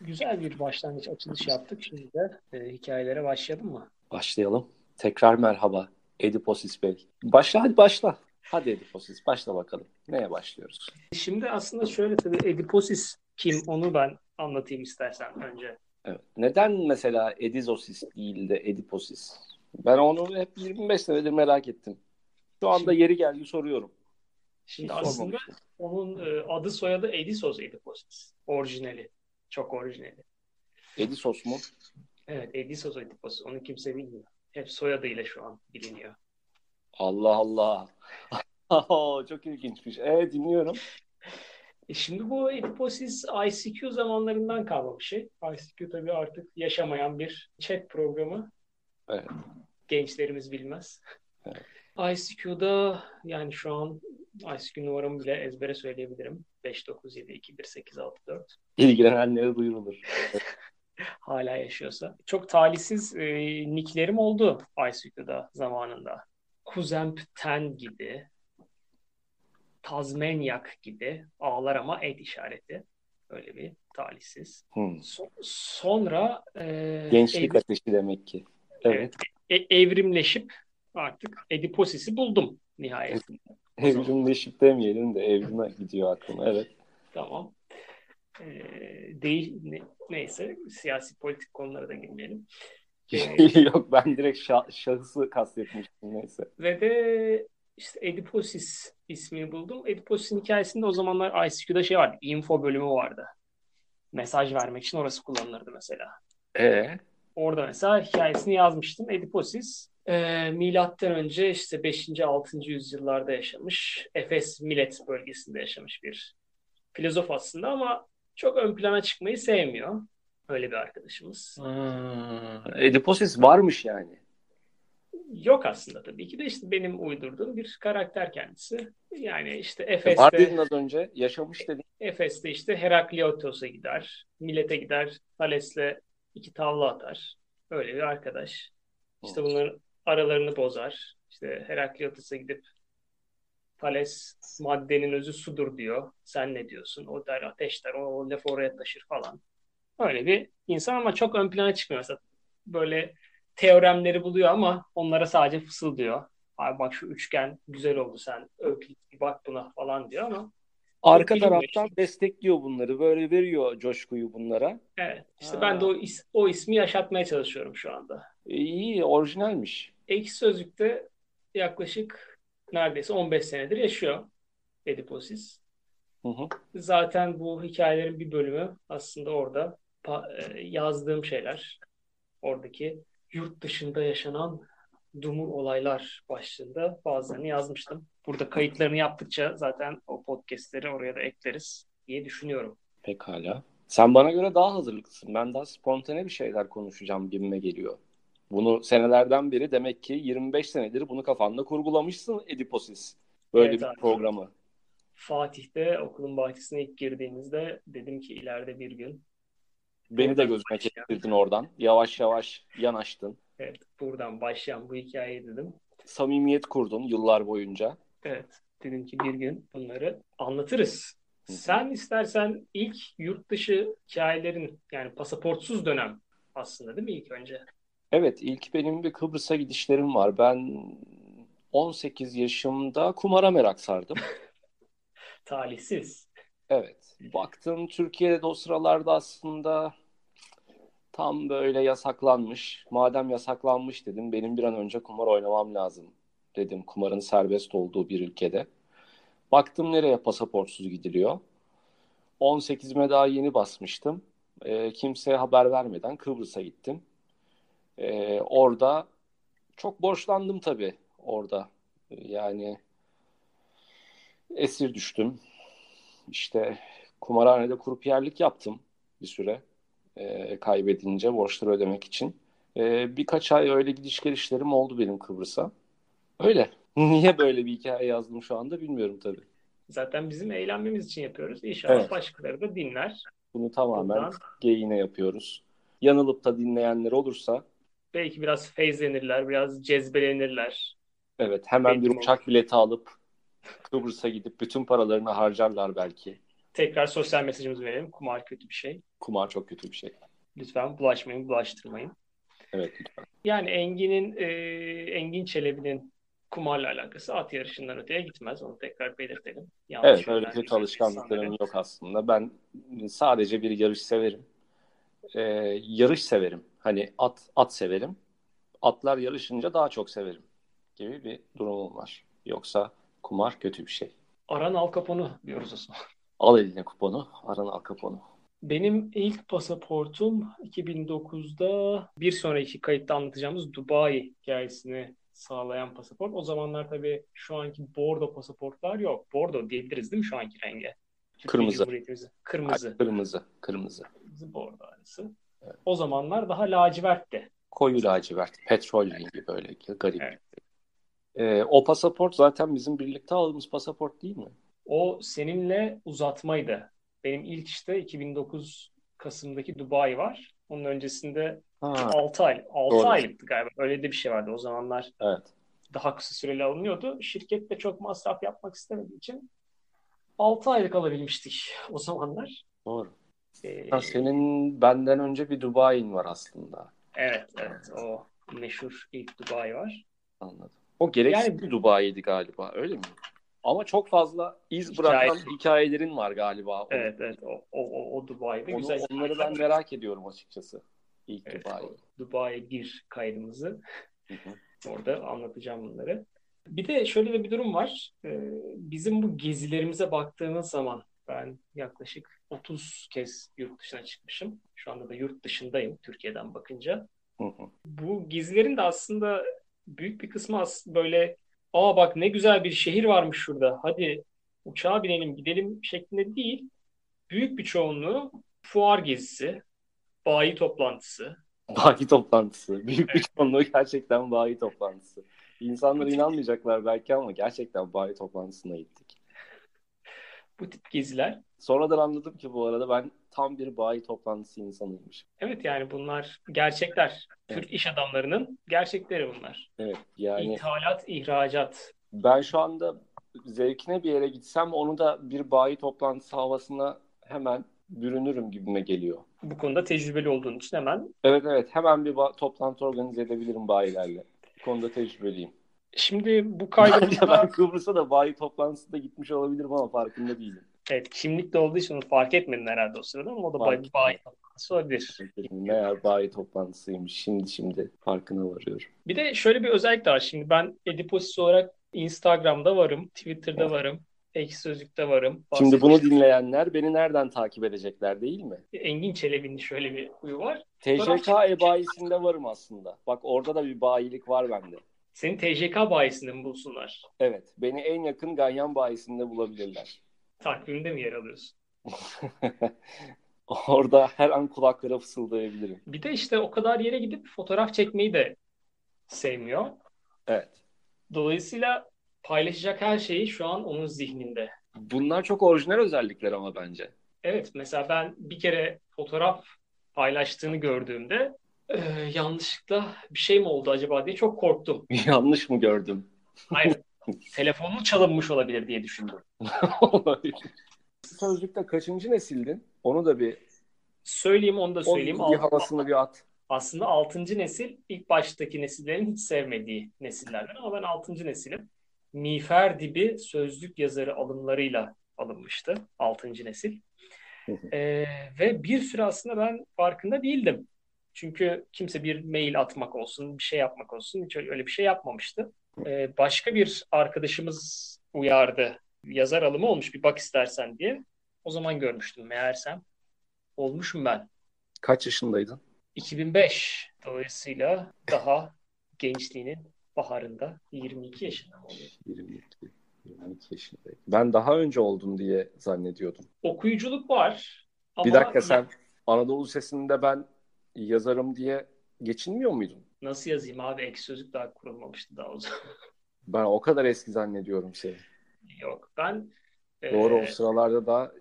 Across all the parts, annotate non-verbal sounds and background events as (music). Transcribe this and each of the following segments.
güzel bir başlangıç açılış yaptık. Şimdi de e, hikayelere başlayalım mı? Başlayalım. Tekrar merhaba Ediposis Bey. Başla hadi başla. Hadi Ediposis başla bakalım. Neye başlıyoruz? Şimdi aslında şöyle tabii Ediposis kim onu ben anlatayım istersen önce. Evet. Neden mesela Edizosis değil de Ediposis? Ben onu hep 25 senedir merak ettim. Şu anda Şimdi- yeri geldi soruyorum. Şimdi Hiç aslında sormamıştım. onun e, adı soyadı Edisos Ediposis. Orijinali. Çok orijinali. Edisos mu? Evet Edisos Ediposis. Onu kimse bilmiyor. Hep soyadıyla şu an biliniyor. Allah Allah. (laughs) Çok ilginçmiş. Evet dinliyorum. E şimdi bu Ediposis ICQ zamanlarından kalma bir şey. ICQ tabii artık yaşamayan bir chat programı. Evet. Gençlerimiz bilmez. ICQ'da yani şu an ICQ numaramı bile ezbere söyleyebilirim. 5972186 İlgilenenlere duyurulur. hala yaşıyorsa. Çok talihsiz e, nicklerim oldu ICQ'da zamanında. Kuzemp Ten gibi, Tazmanyak gibi, ağlar ama et işareti. Öyle bir talihsiz. Hmm. So- sonra e, Gençlik ev- ateşi demek ki. Evet. Evet. e- evrimleşip artık Ediposis'i buldum nihayetinde. O zaman- Evrimleşip demeyelim de evrime gidiyor aklıma. Evet. Tamam. E, değil, ne- neyse siyasi politik konulara da girmeyelim. E, (laughs) Yok ben direkt şa- şahısı kastetmiştim neyse. Ve de işte Ediposis ismini buldum. Ediposis'in hikayesinde o zamanlar ICQ'da şey vardı. Info bölümü vardı. Mesaj vermek için orası kullanılırdı mesela. Ee? Orada mesela hikayesini yazmıştım. Ediposis e, milattan önce işte 5. 6. yüzyıllarda yaşamış. Efes Milet bölgesinde yaşamış bir filozof aslında ama çok ön plana çıkmayı sevmiyor. Öyle bir arkadaşımız. Ediposis varmış yani. Yok aslında tabii ki de işte benim uydurduğum bir karakter kendisi. Yani işte E, Efes'te... var dedin az önce. Yaşamış dedin. Efes'te işte Herakliotos'a gider. Milete gider. Thales'le iki tavla atar. Öyle bir arkadaş. İşte bunların aralarını bozar. İşte Herakliotos'a gidip Thales maddenin özü sudur diyor. Sen ne diyorsun? O der ateş der. O, o laf oraya taşır falan. Öyle bir insan ama çok ön plana çıkmıyor. Mesela böyle teoremleri buluyor ama onlara sadece fısıldıyor. Abi bak şu üçgen güzel oldu sen. Öklit bir bak buna falan diyor ama Arka Bilmiyorum. taraftan destekliyor bunları. Böyle veriyor coşkuyu bunlara. Evet. İşte Ha. ben de o, is- o ismi yaşatmaya çalışıyorum şu anda. E, iyi orijinalmiş. Ekşi Sözlük'te yaklaşık neredeyse 15 senedir yaşıyor Ediposis. Hı hı. Zaten bu hikayelerin bir bölümü aslında orada pa- e, yazdığım şeyler. Oradaki yurt dışında yaşanan dumur olaylar başlığında bazılarını yazmıştım. Burada kayıtlarını yaptıkça zaten o podcastleri oraya da ekleriz diye düşünüyorum. Pekala. Sen bana göre daha hazırlıklısın. Ben daha spontane bir şeyler konuşacağım gibime geliyor. Bunu senelerden beri demek ki 25 senedir bunu kafanda kurgulamışsın Ediposis. Böyle Evet bir abi. programı. Fatih'te okulun bahçesine ilk girdiğimizde dedim ki ileride bir gün Beni de Oradan gözüme başlayalım. kestirdin oradan. Yavaş yavaş yanaştın. Evet, buradan başlayan bu hikayeyi dedim. Samimiyet kurdun yıllar boyunca. Evet, dedim ki bir gün bunları anlatırız. Hı hı. Sen istersen ilk yurt dışı hikayelerin yani pasaportsuz dönem aslında değil mi ilk önce? Evet, ilk benim bir Kıbrıs'a gidişlerim var. Ben 18 yaşımda kumara merak sardım. Talihsiz. Evet. Baktım Türkiye'de de o sıralarda aslında tam böyle yasaklanmış. Madem yasaklanmış dedim benim bir an önce kumar oynamam lazım dedim kumarın serbest olduğu bir ülkede. Baktım nereye pasaportsuz gidiliyor. 18'ime daha yeni basmıştım. Ee, kimseye haber vermeden Kıbrıs'a gittim. Ee, orada çok borçlandım tabii orada. Ee, Yani esir düştüm. İşte kumarhanede kurupiyerlik yaptım bir süre. Ee, kaybedince borçları ödemek için. Ee, birkaç ay öyle gidiş gelişlerim oldu benim Kıbrıs'a. Öyle. (laughs) Niye böyle bir hikaye yazdım şu anda bilmiyorum tabii. Zaten bizim eğlenmemiz için yapıyoruz. İnşallah Evet. başkaları da dinler. Bunu tamamen Buradan geyine yapıyoruz. Yanılıp da dinleyenler olursa belki biraz feyzlenirler, biraz cezbelenirler. evet hemen bir Benim uçak bileti alıp Kıbrıs'a gidip bütün paralarını harcarlar belki. Tekrar sosyal mesajımızı verelim. Kumar kötü bir şey. Kumar çok kötü bir şey. Lütfen bulaşmayın, bulaştırmayın. Evet lütfen. Yani Engin'in e, Engin Çelebi'nin kumarla alakası at yarışından öteye gitmez. Onu tekrar belirtelim. Yanlış Evet öyle yönlendirecek kötü alışkanlıklarım insanları. yok aslında. Ben sadece bir yarış severim. Ee, yarış severim. Hani at at severim. Atlar yarışınca daha çok severim gibi bir durumum var. Yoksa kumar kötü bir şey. Aran Al Capone'u diyoruz o zaman. Al eline kuponu, aran al kaponu. Benim ilk pasaportum 2009'da bir sonraki kayıtta anlatacağımız Dubai hikayesini sağlayan pasaport. O zamanlar tabii şu anki bordo pasaportlar yok. Bordo diyebiliriz değil mi şu anki renge? Türkiye Kırmızı. Cumhuriyetimizi. Kırmızı. Ay, kırmızı, kırmızı. Kırmızı bordo arası. O zamanlar daha lacivertti. Koyu lacivert, petrol rengi böyle garip. Evet. Ee, o pasaport zaten bizim birlikte aldığımız pasaport değil mi? O seninle uzatmaydı. Benim ilk işte 2009 Kasım'daki Dubai var. Onun öncesinde Ha, 6 ay, 6 Doğru. aylıktı galiba. Öyle de bir şey vardı o zamanlar. evet. daha kısa süreli alınıyordu. Şirket de çok masraf yapmak istemediği için 6 aylık alabilmiştik o zamanlar. Doğru. Ee, Ha, senin benden önce bir Dubai'in var aslında. evet, evet. O meşhur ilk Dubai var. Anladım. O gereksiz Yani- bir Dubai'ydi galiba öyle mi? Ama çok fazla iz bırakan Hikaye- hikayelerin var galiba. Onu- Evet, evet. O, o, o, o Dubai'de onu- güzel. onları ben merak ediyorum açıkçası. İlk Evet, Dubai. o Dubai 1 kaydımızı Hı hı. orada anlatacağım bunları. Bir de şöyle de bir durum var. Ee, bizim bu gezilerimize baktığınız zaman ben yaklaşık 30 kez yurt dışına çıkmışım. Şu anda da yurt dışındayım Türkiye'den bakınca. Hı hı. bu gezilerin de aslında büyük bir kısmı as- böyle aa bak ne güzel bir şehir varmış şurada hadi uçağa binelim gidelim şeklinde değil. Büyük bir çoğunluğu fuar gezisi, bayi toplantısı. Bayi toplantısı. (laughs) Büyük bir çoğunluğu gerçekten bayi toplantısı. İnsanlar inanmayacaklar belki ama gerçekten bayi toplantısına gittik. Bu tip geziler. Sonradan anladım ki bu arada ben tam bir bayi toplantısı insanıymışım. Evet yani bunlar gerçekler. Türk iş adamlarının gerçekleri bunlar. Evet yani İthalat, ihracat. Ben şu anda zevkine bir yere gitsem onu da bir bayi toplantısı havasına hemen bürünürüm gibime geliyor. Bu konuda tecrübeli olduğun için hemen. Evet evet hemen bir ba- toplantı organize edebilirim bayilerle. Bu konuda tecrübeliyim. Şimdi bu (laughs) Bence kaydımızda ben Kıbrıs'a da bayi toplantısında gitmiş olabilirim ama farkında değilim. evet, kimlikli olduğu için onu fark etmedin herhalde o sırada ama o da Fark bayi, bayi toplantısı olabilir. Meğer bayi toplantısıymış. Şimdi şimdi farkına varıyorum. Bir de şöyle bir özellik de var. Şimdi ben Ediposis olarak Instagram'da varım, Twitter'da varım, Ekşi Sözlük'te varım. Şimdi bunu Bahsetmiştim. dinleyenler beni nereden takip edecekler değil mi? Engin Çelebi'nin şöyle bir huyu var. TJK e-bayisinde varım aslında. Bak orada da bir bayilik var bende. Seni TJK bayisinde mi bulsunlar? Evet beni en yakın Ganyan bayisinde bulabilirler. (laughs) Takvimde mi yer alıyorsun? Orada her an kulaklara fısıldayabilirim. Bir de işte o kadar yere gidip fotoğraf çekmeyi de sevmiyor. Evet. Dolayısıyla paylaşacak her şeyi şu an onun zihninde. Bunlar çok orijinal özellikler ama bence. (laughs) Evet, mesela ben bir kere fotoğraf paylaştığını gördüğümde "Ee, yanlışlıkla bir şey mi oldu acaba diye çok korktum. Yanlış mı (laughs) gördüm? Hayır. Telefonun çalınmış olabilir diye düşündüm. Sözlükte kaçıncı nesildin? Onu da bir, Söyleyeyim onu da onun söyleyeyim. bir Alt- havasını bir at. aslında 6. nesil ilk baştaki nesillerin hiç sevmediği nesillerden ama ben 6. nesilim. Miğfer dibi sözlük yazarı alımlarıyla alınmıştı 6. nesil. Ee, ve bir süre aslında ben farkında değildim. Çünkü kimse bir mail atmak olsun, bir şey yapmak olsun hiç öyle öyle bir şey yapmamıştı. Ee, başka bir arkadaşımız uyardı. Yazar alımı olmuş bir bak istersen diye. O zaman görmüştüm meğersem. Olmuşum ben. Kaç yaşındaydın? 2005 dolayısıyla daha gençliğinin baharında 22 yaşında mı oluyor? 22, 22 yaşındaydım. Ben daha önce oldum diye zannediyordum. Okuyuculuk var ama bir dakika sen Anadolu Sesi'nde ben yazarım diye geçinmiyor muydun? nasıl yazayım abi ek sözlük daha kurulmamıştı daha o zaman. (laughs) Ben o kadar eski zannediyorum seni. Yok ben e, Doğru o sıralarda da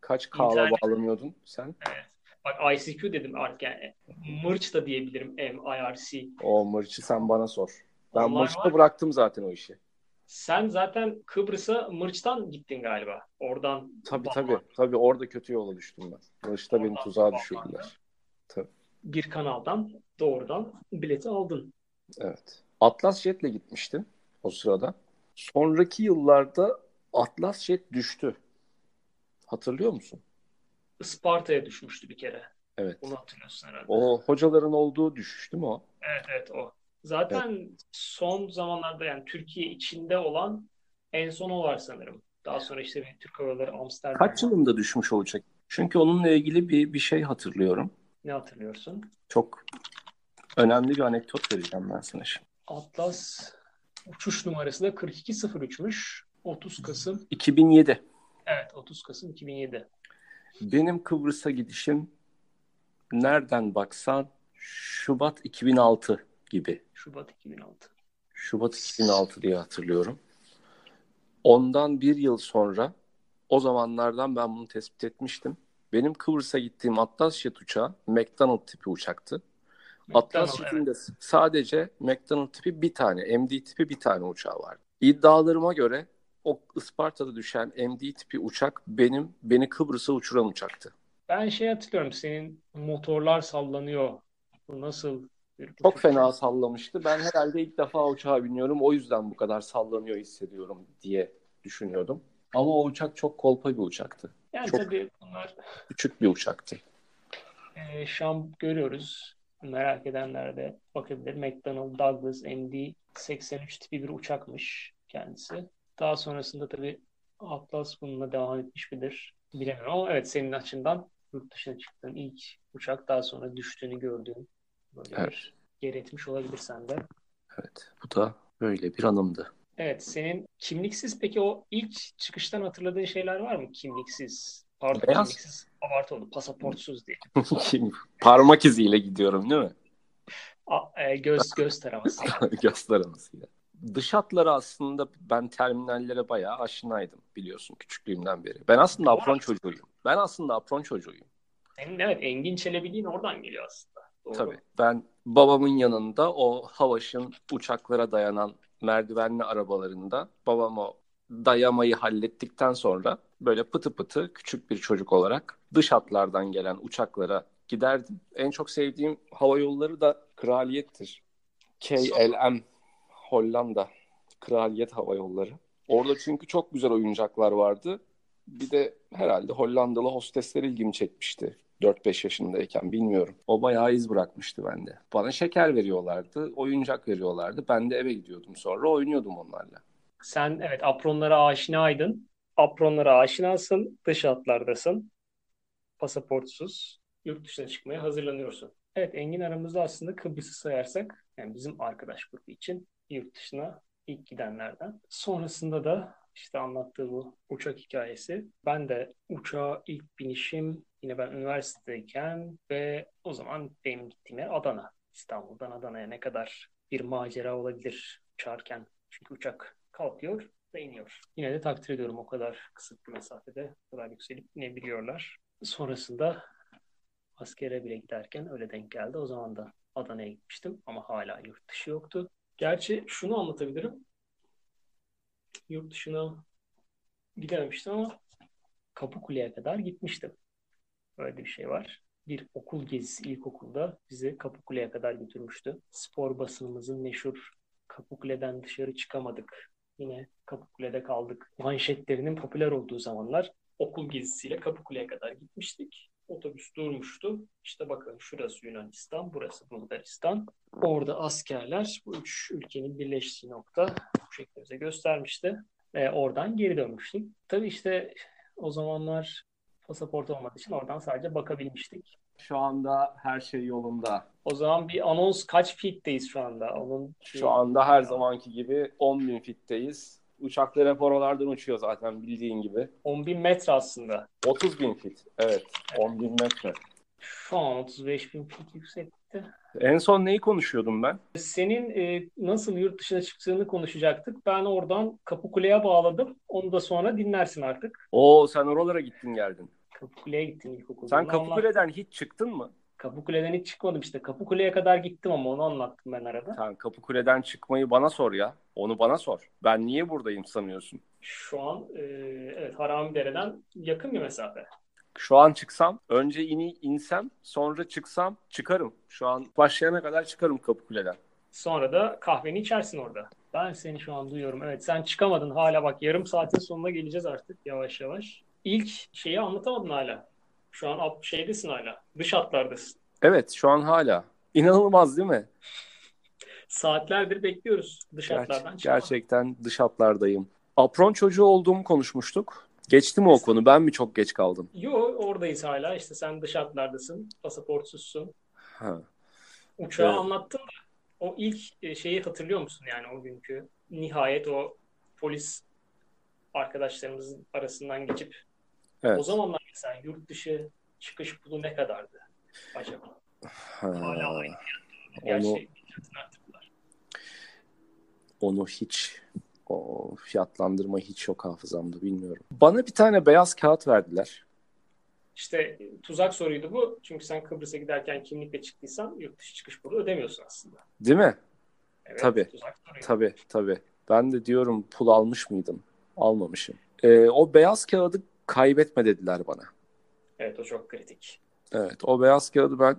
kaç kala İnternet- bağlanıyordun sen? bak ICQ dedim artık yani mırç da diyebilirim M, IRC. O mırçı sen bana sor. Ben Onlar mırçı var. bıraktım zaten o işi. Sen zaten Kıbrıs'a Mırç'tan gittin galiba. Oradan Tabii Batman. tabii. Tabii orada kötü yola düştüm ben. Barış'ta beni Vallahi tuzağa vallahi. düşürdüler. bir kanaldan doğrudan bileti aldın. Evet. Atlas Jet'le gitmiştim o sırada. Sonraki yıllarda Atlas Jet düştü. Hatırlıyor musun? Isparta'ya düşmüştü bir kere. Evet. Onu hatırlıyorsun herhalde. O hocaların olduğu düşüş değil mi o? Evet evet o. Zaten son zamanlarda yani Türkiye içinde olan en son o var sanırım. Daha sonra işte bir Türk Hava Yolları Amsterdam. Kaç yılında düşmüş olacak? Çünkü onunla ilgili bir, bir şey hatırlıyorum. Ne hatırlıyorsun? Çok önemli bir anekdot vereceğim ben sana şimdi. Atlas uçuş numarası da 4203'müş. 30 Kasım. 2007. Evet 30 Kasım 2007. Benim Kıbrıs'a gidişim nereden baksan Şubat 2006 gibi. Şubat 2006. Şubat 2006 diye hatırlıyorum. Ondan bir yıl sonra o zamanlardan ben bunu tespit etmiştim. Benim Kıbrıs'a gittiğim Atlas Jet uçağı McDonnell tipi uçaktı. Atlas McDonnell, Jet'in de sadece McDonnell tipi bir tane, MD tipi bir tane uçağı vardı. İddialarıma göre o Isparta'da düşen MD tipi uçak benim beni Kıbrıs'a uçuran uçaktı. Ben şey hatırlıyorum senin motorlar sallanıyor. Bu nasıl bir Çok fena sallamıştı. Ben herhalde ilk defa uçağa biniyorum. O yüzden bu kadar sallanıyor hissediyorum diye düşünüyordum. Ama o uçak çok kolpa bir uçaktı. Yani çok- tabii bunlar Küçük bir uçaktı. e, şam görüyoruz. Merak edenler de bakabilir. McDonnell Douglas MD 83 tipi bir uçakmış kendisi. Daha sonrasında tabii Atlas bununla devam etmiş midir bilemiyorum ama evet senin açından yurt dışına çıktığın ilk uçak daha sonra düştüğünü gördüğün böyle Evet. bir yer etmiş olabilir sende. Evet. Bu da böyle bir anımdı. (laughs) Evet, senin kimliksiz peki o ilk çıkıştan hatırladığın şeyler var mı? Kimliksiz, pardon Beyaz. kimliksiz, abartı oldu, pasaportsuz diye. Parmak iziyle gidiyorum değil mi? (laughs) A- e, göz göz taraması. Gösteremesiyle. Dış hatları aslında ben terminallere bayağı aşinaydım biliyorsun küçüklüğümden beri. Ben aslında apron çocuğuyum. Ben aslında apron çocuğuyum. Senin evet Engin Çelebi'liğin oradan geliyor aslında. Doğru. Tabii. Ben babamın yanında o Havaş'ın uçaklara dayanan merdivenli arabalarında babam o dayamayı hallettikten sonra böyle pıtı pıtı küçük bir çocuk olarak dış hatlardan gelen uçaklara giderdim. En çok sevdiğim hava yolları da Kraliyet'tir. KLM Hollanda Kraliyet Hava Yolları. Orada çünkü çok güzel oyuncaklar vardı. Bir de herhalde Hollandalı hostesler ilgimi çekmişti. 4-5 yaşındayken bilmiyorum. O bayağı iz bırakmıştı bende. Bana şeker veriyorlardı, oyuncak veriyorlardı. Ben de eve gidiyordum sonra oynuyordum onlarla. Sen evet apronlara aşinaydın. Apronlara aşinasın, dış hatlardasın. Pasaportsuz, yurt dışına çıkmaya hazırlanıyorsun. Evet Engin aramızda aslında Kıbrıs'ı sayarsak, yani bizim arkadaş grubu için yurt dışına ilk gidenlerden. Sonrasında da işte anlattığı bu uçak hikayesi. Ben de uçağa ilk binişim yine ben üniversitedeyken ve o zaman benim gittiğim yer Adana. İstanbul'dan Adana'ya ne kadar bir macera olabilir uçarken. Çünkü uçak kalkıyor ve iniyor. Yine de takdir ediyorum o kadar kısıtlı mesafede o kadar yükselip inebiliyorlar. Sonrasında askere bile giderken öyle denk geldi. O zaman da Adana'ya gitmiştim ama hala yurt dışı yoktu. Gerçi şunu anlatabilirim. Yurt dışına gidememiştim ama Kapıkule'ye kadar gitmiştim. Öyle bir şey var. Bir okul gezisi ilkokulda bizi Kapıkule'ye kadar götürmüştü. Spor basınımızın meşhur Kapıkule'den dışarı çıkamadık. Yine Kapıkule'de kaldık. Manşetlerinin popüler olduğu zamanlar okul gezisiyle Kapıkule'ye kadar gitmiştik. Otobüs durmuştu. İşte bakın şurası Yunanistan, burası Bulgaristan. Orada askerler bu üç ülkenin birleştiği nokta bu şekilde bize göstermişti. Ve oradan geri dönmüştük. Tabii işte o zamanlar pasaport olmadığı için oradan sadece bakabilmiştik. Şu anda her şey yolunda. O zaman bir anons kaç feet'teyiz şu anda? Onun Şu anda her zamanki gibi 10 bin fitteyiz. Uçaklar hep oralardan uçuyor zaten bildiğin gibi. 10 bin metre aslında. 30 bin fit. Evet. 10 bin metre. Şu an 35 bin feet yüksekte. En son neyi konuşuyordum ben? Senin e, nasıl yurt dışına çıktığını konuşacaktık. Ben oradan Kapıkule'ye bağladım. Onu da sonra dinlersin artık. Oo sen oralara gittin geldin. Kapıkule'ye gittim ilkokulda. Sen Bunu anlat- Kapıkule'den hiç çıktın mı? Kapıkule'den hiç çıkmadım işte. Kapıkule'ye kadar gittim ama onu anlattım ben arada. Sen Kapıkule'den çıkmayı bana sor ya. Onu bana sor. Ben niye buradayım sanıyorsun? Şu an e, evet Haramidere'den yakın bir mesafe. Şu an çıksam, önce ini insem, sonra çıksam çıkarım. Şu an başlayana kadar çıkarım Kapıkule'den. Sonra da kahveni içersin orada. Ben seni şu an duyuyorum. Evet sen çıkamadın hala bak yarım saatin sonuna geleceğiz artık yavaş yavaş. İlk şeyi anlatamadın hala. Şu an alt şeydesin hala. Dış hatlardasın. Evet, şu an hala. İnanılmaz değil mi? Saatlerdir bekliyoruz dış Ger- hatlardan çıkma. gerçekten dış hatlardayım. Apron çocuğu olduğumu konuşmuştuk. Geçti mi o konu? Ben mi çok geç kaldım? Yo oradayız hala. İşte sen dış hatlardasın. Pasaportsuzsun. Ha. Uçağı Evet. anlattın da o ilk e, şeyi hatırlıyor musun yani o günkü? Nihayet o polis arkadaşlarımızın arasından geçip Evet. o zamanlar mesela yurt dışı çıkış pulu ne kadardı acaba? Ha. Hala aynı fiyatta. Onu- Gerçi fiyatını arttırdılar. Onu hiç o fiyatlandırma hiç yok hafızamda bilmiyorum. Bana bir tane beyaz kağıt verdiler. İşte e, tuzak soruydu bu. Çünkü sen Kıbrıs'a giderken kimlikle çıktıysan yurt dışı çıkış pulu ödemiyorsun aslında. Değil mi? Evet, Tabii. Tuzak soruydu. Tabii tabii. Ben de diyorum pul almış mıydım? Almamışım. Ee, o beyaz kağıdı kaybetme dediler bana. Evet o çok kritik. Evet o beyaz kağıdı ben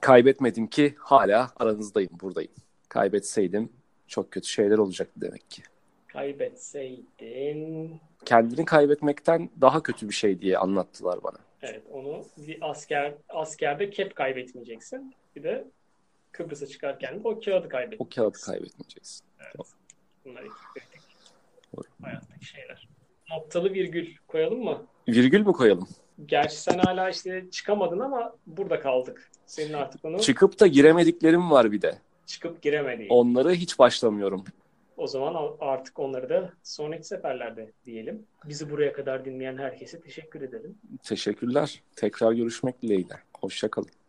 kaybetmedim ki hala aranızdayım buradayım. Kaybetseydim çok kötü şeyler olacaktı demek ki. Kaybetseydin Kendini kaybetmekten daha kötü bir şey diye anlattılar bana. Evet, onu bir asker askerde kep kaybetmeyeceksin. Bir de Kıbrıs'a çıkarken de o kağıdı O kaybedeceksin. kağıdı kaybetmeyeceksin. Bunlar iki kritik Doğru. hayattaki şeyler. Noktalı virgül koyalım mı? Virgül mü koyalım? Gerçi sen hala işte çıkamadın ama burada kaldık. Senin artık onu Çıkıp da giremediklerim var bir de. çıkıp giremediğin. O, Onlara hiç başlamıyorum. zaman a- artık onları da sonraki seferlerde diyelim. Bizi buraya kadar dinleyen herkese teşekkür edelim. Teşekkürler. Tekrar görüşmek dileğiyle. Hoşçakalın.